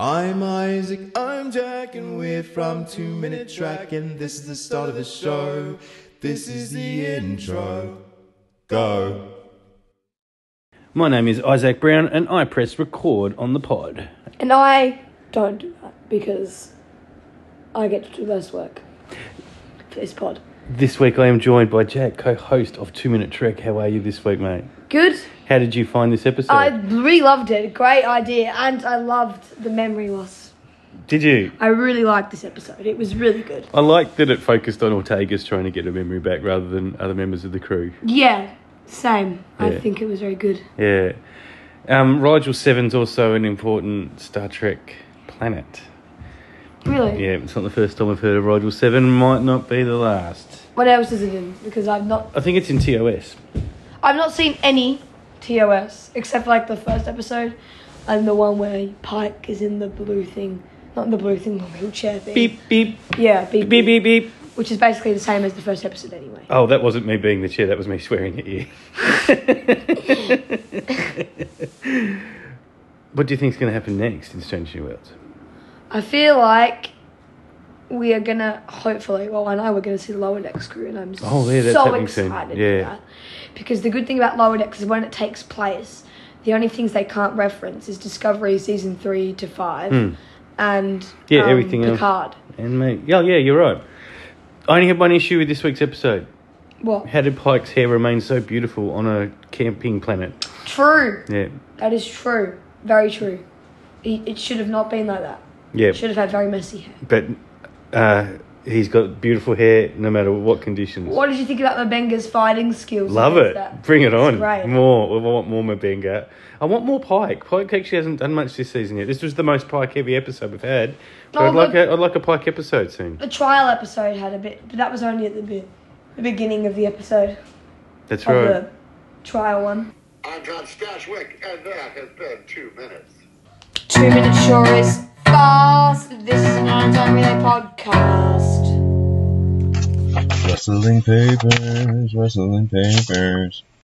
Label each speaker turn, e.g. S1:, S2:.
S1: I'm Isaac, I'm Jack, and we're from Two Minute Track, and this is the start of the show. This is the intro. Go.
S2: My name is Isaac Brown, and I press record on the pod.
S3: And I don't do that because I get to do less work for this pod.
S2: This week, I am joined by Jack, co-host of Two Minute Trek. How are you this week, mate?
S3: Good.
S2: How did you find this episode?
S3: I really loved it. Great idea. And I loved the memory loss.
S2: Did you?
S3: I really liked this episode. It was really good.
S2: I like that it focused on Ortega's trying to get her memory back rather than other members of the crew.
S3: Yeah, same.
S2: Yeah.
S3: I think it was very good.
S2: Yeah. Um, Rigel Seven's also an important Star Trek planet.
S3: Really?
S2: Yeah, it's not the first time I've heard of Rigel Seven. Might not be the last.
S3: What else is it in? Because I've not
S2: I think it's in TOS.
S3: I've not seen any TOS except for, like the first episode and the one where Pike is in the blue thing. Not in the blue thing, the wheelchair thing.
S2: Beep beep
S3: Yeah, beep,
S2: beep beep beep.
S3: Which is basically the same as the first episode anyway.
S2: Oh, that wasn't me being the chair. That was me swearing at you. what do you think's going to happen next in Strange New Worlds?
S3: I feel like we are gonna hopefully, well, I know we're gonna see Lower Decks crew, and I'm
S2: Oh, yeah, that's
S3: so
S2: happening soon.
S3: excited
S2: Yeah.
S3: for that. Because the good thing about Lower Decks is when it takes place, the only things they can't reference is Discovery season three to five, and
S2: Hmm. Yeah,
S3: um,
S2: everything else.
S3: Picard.
S2: And me? Yeah, yeah, you're right. I only had one issue with this week's episode.
S3: What?
S2: How did Pike's hair remain so beautiful on a camping planet?
S3: True.
S2: Yeah,
S3: That is true. Very true. It, it should have not been like that.
S2: yeah.
S3: It should have had very messy hair.
S2: But uh, he's got beautiful hair no matter what conditions.
S3: What did you think about Mabenga's fighting skills?
S2: Love
S3: against
S2: it.
S3: that?
S2: Bring it on.
S3: Right.
S2: More. I want more Mabenga. I want more Pike. Pike actually hasn't done much this season yet. This was the most Pike heavy episode we've had. But
S3: Oh,
S2: I'd, like
S3: but-
S2: a, I'd like a Pike episode soon.
S3: The trial episode had a bit, but that was only at the, be- the beginning of the episode
S2: That's
S3: of
S2: right.
S3: the trial one.
S4: I'm John Stashwick, and that has been two minutes.
S5: Two minutes sure is fast. This is an Orange Zone Relay podcast.
S6: Wrestling papers, wrestling papers.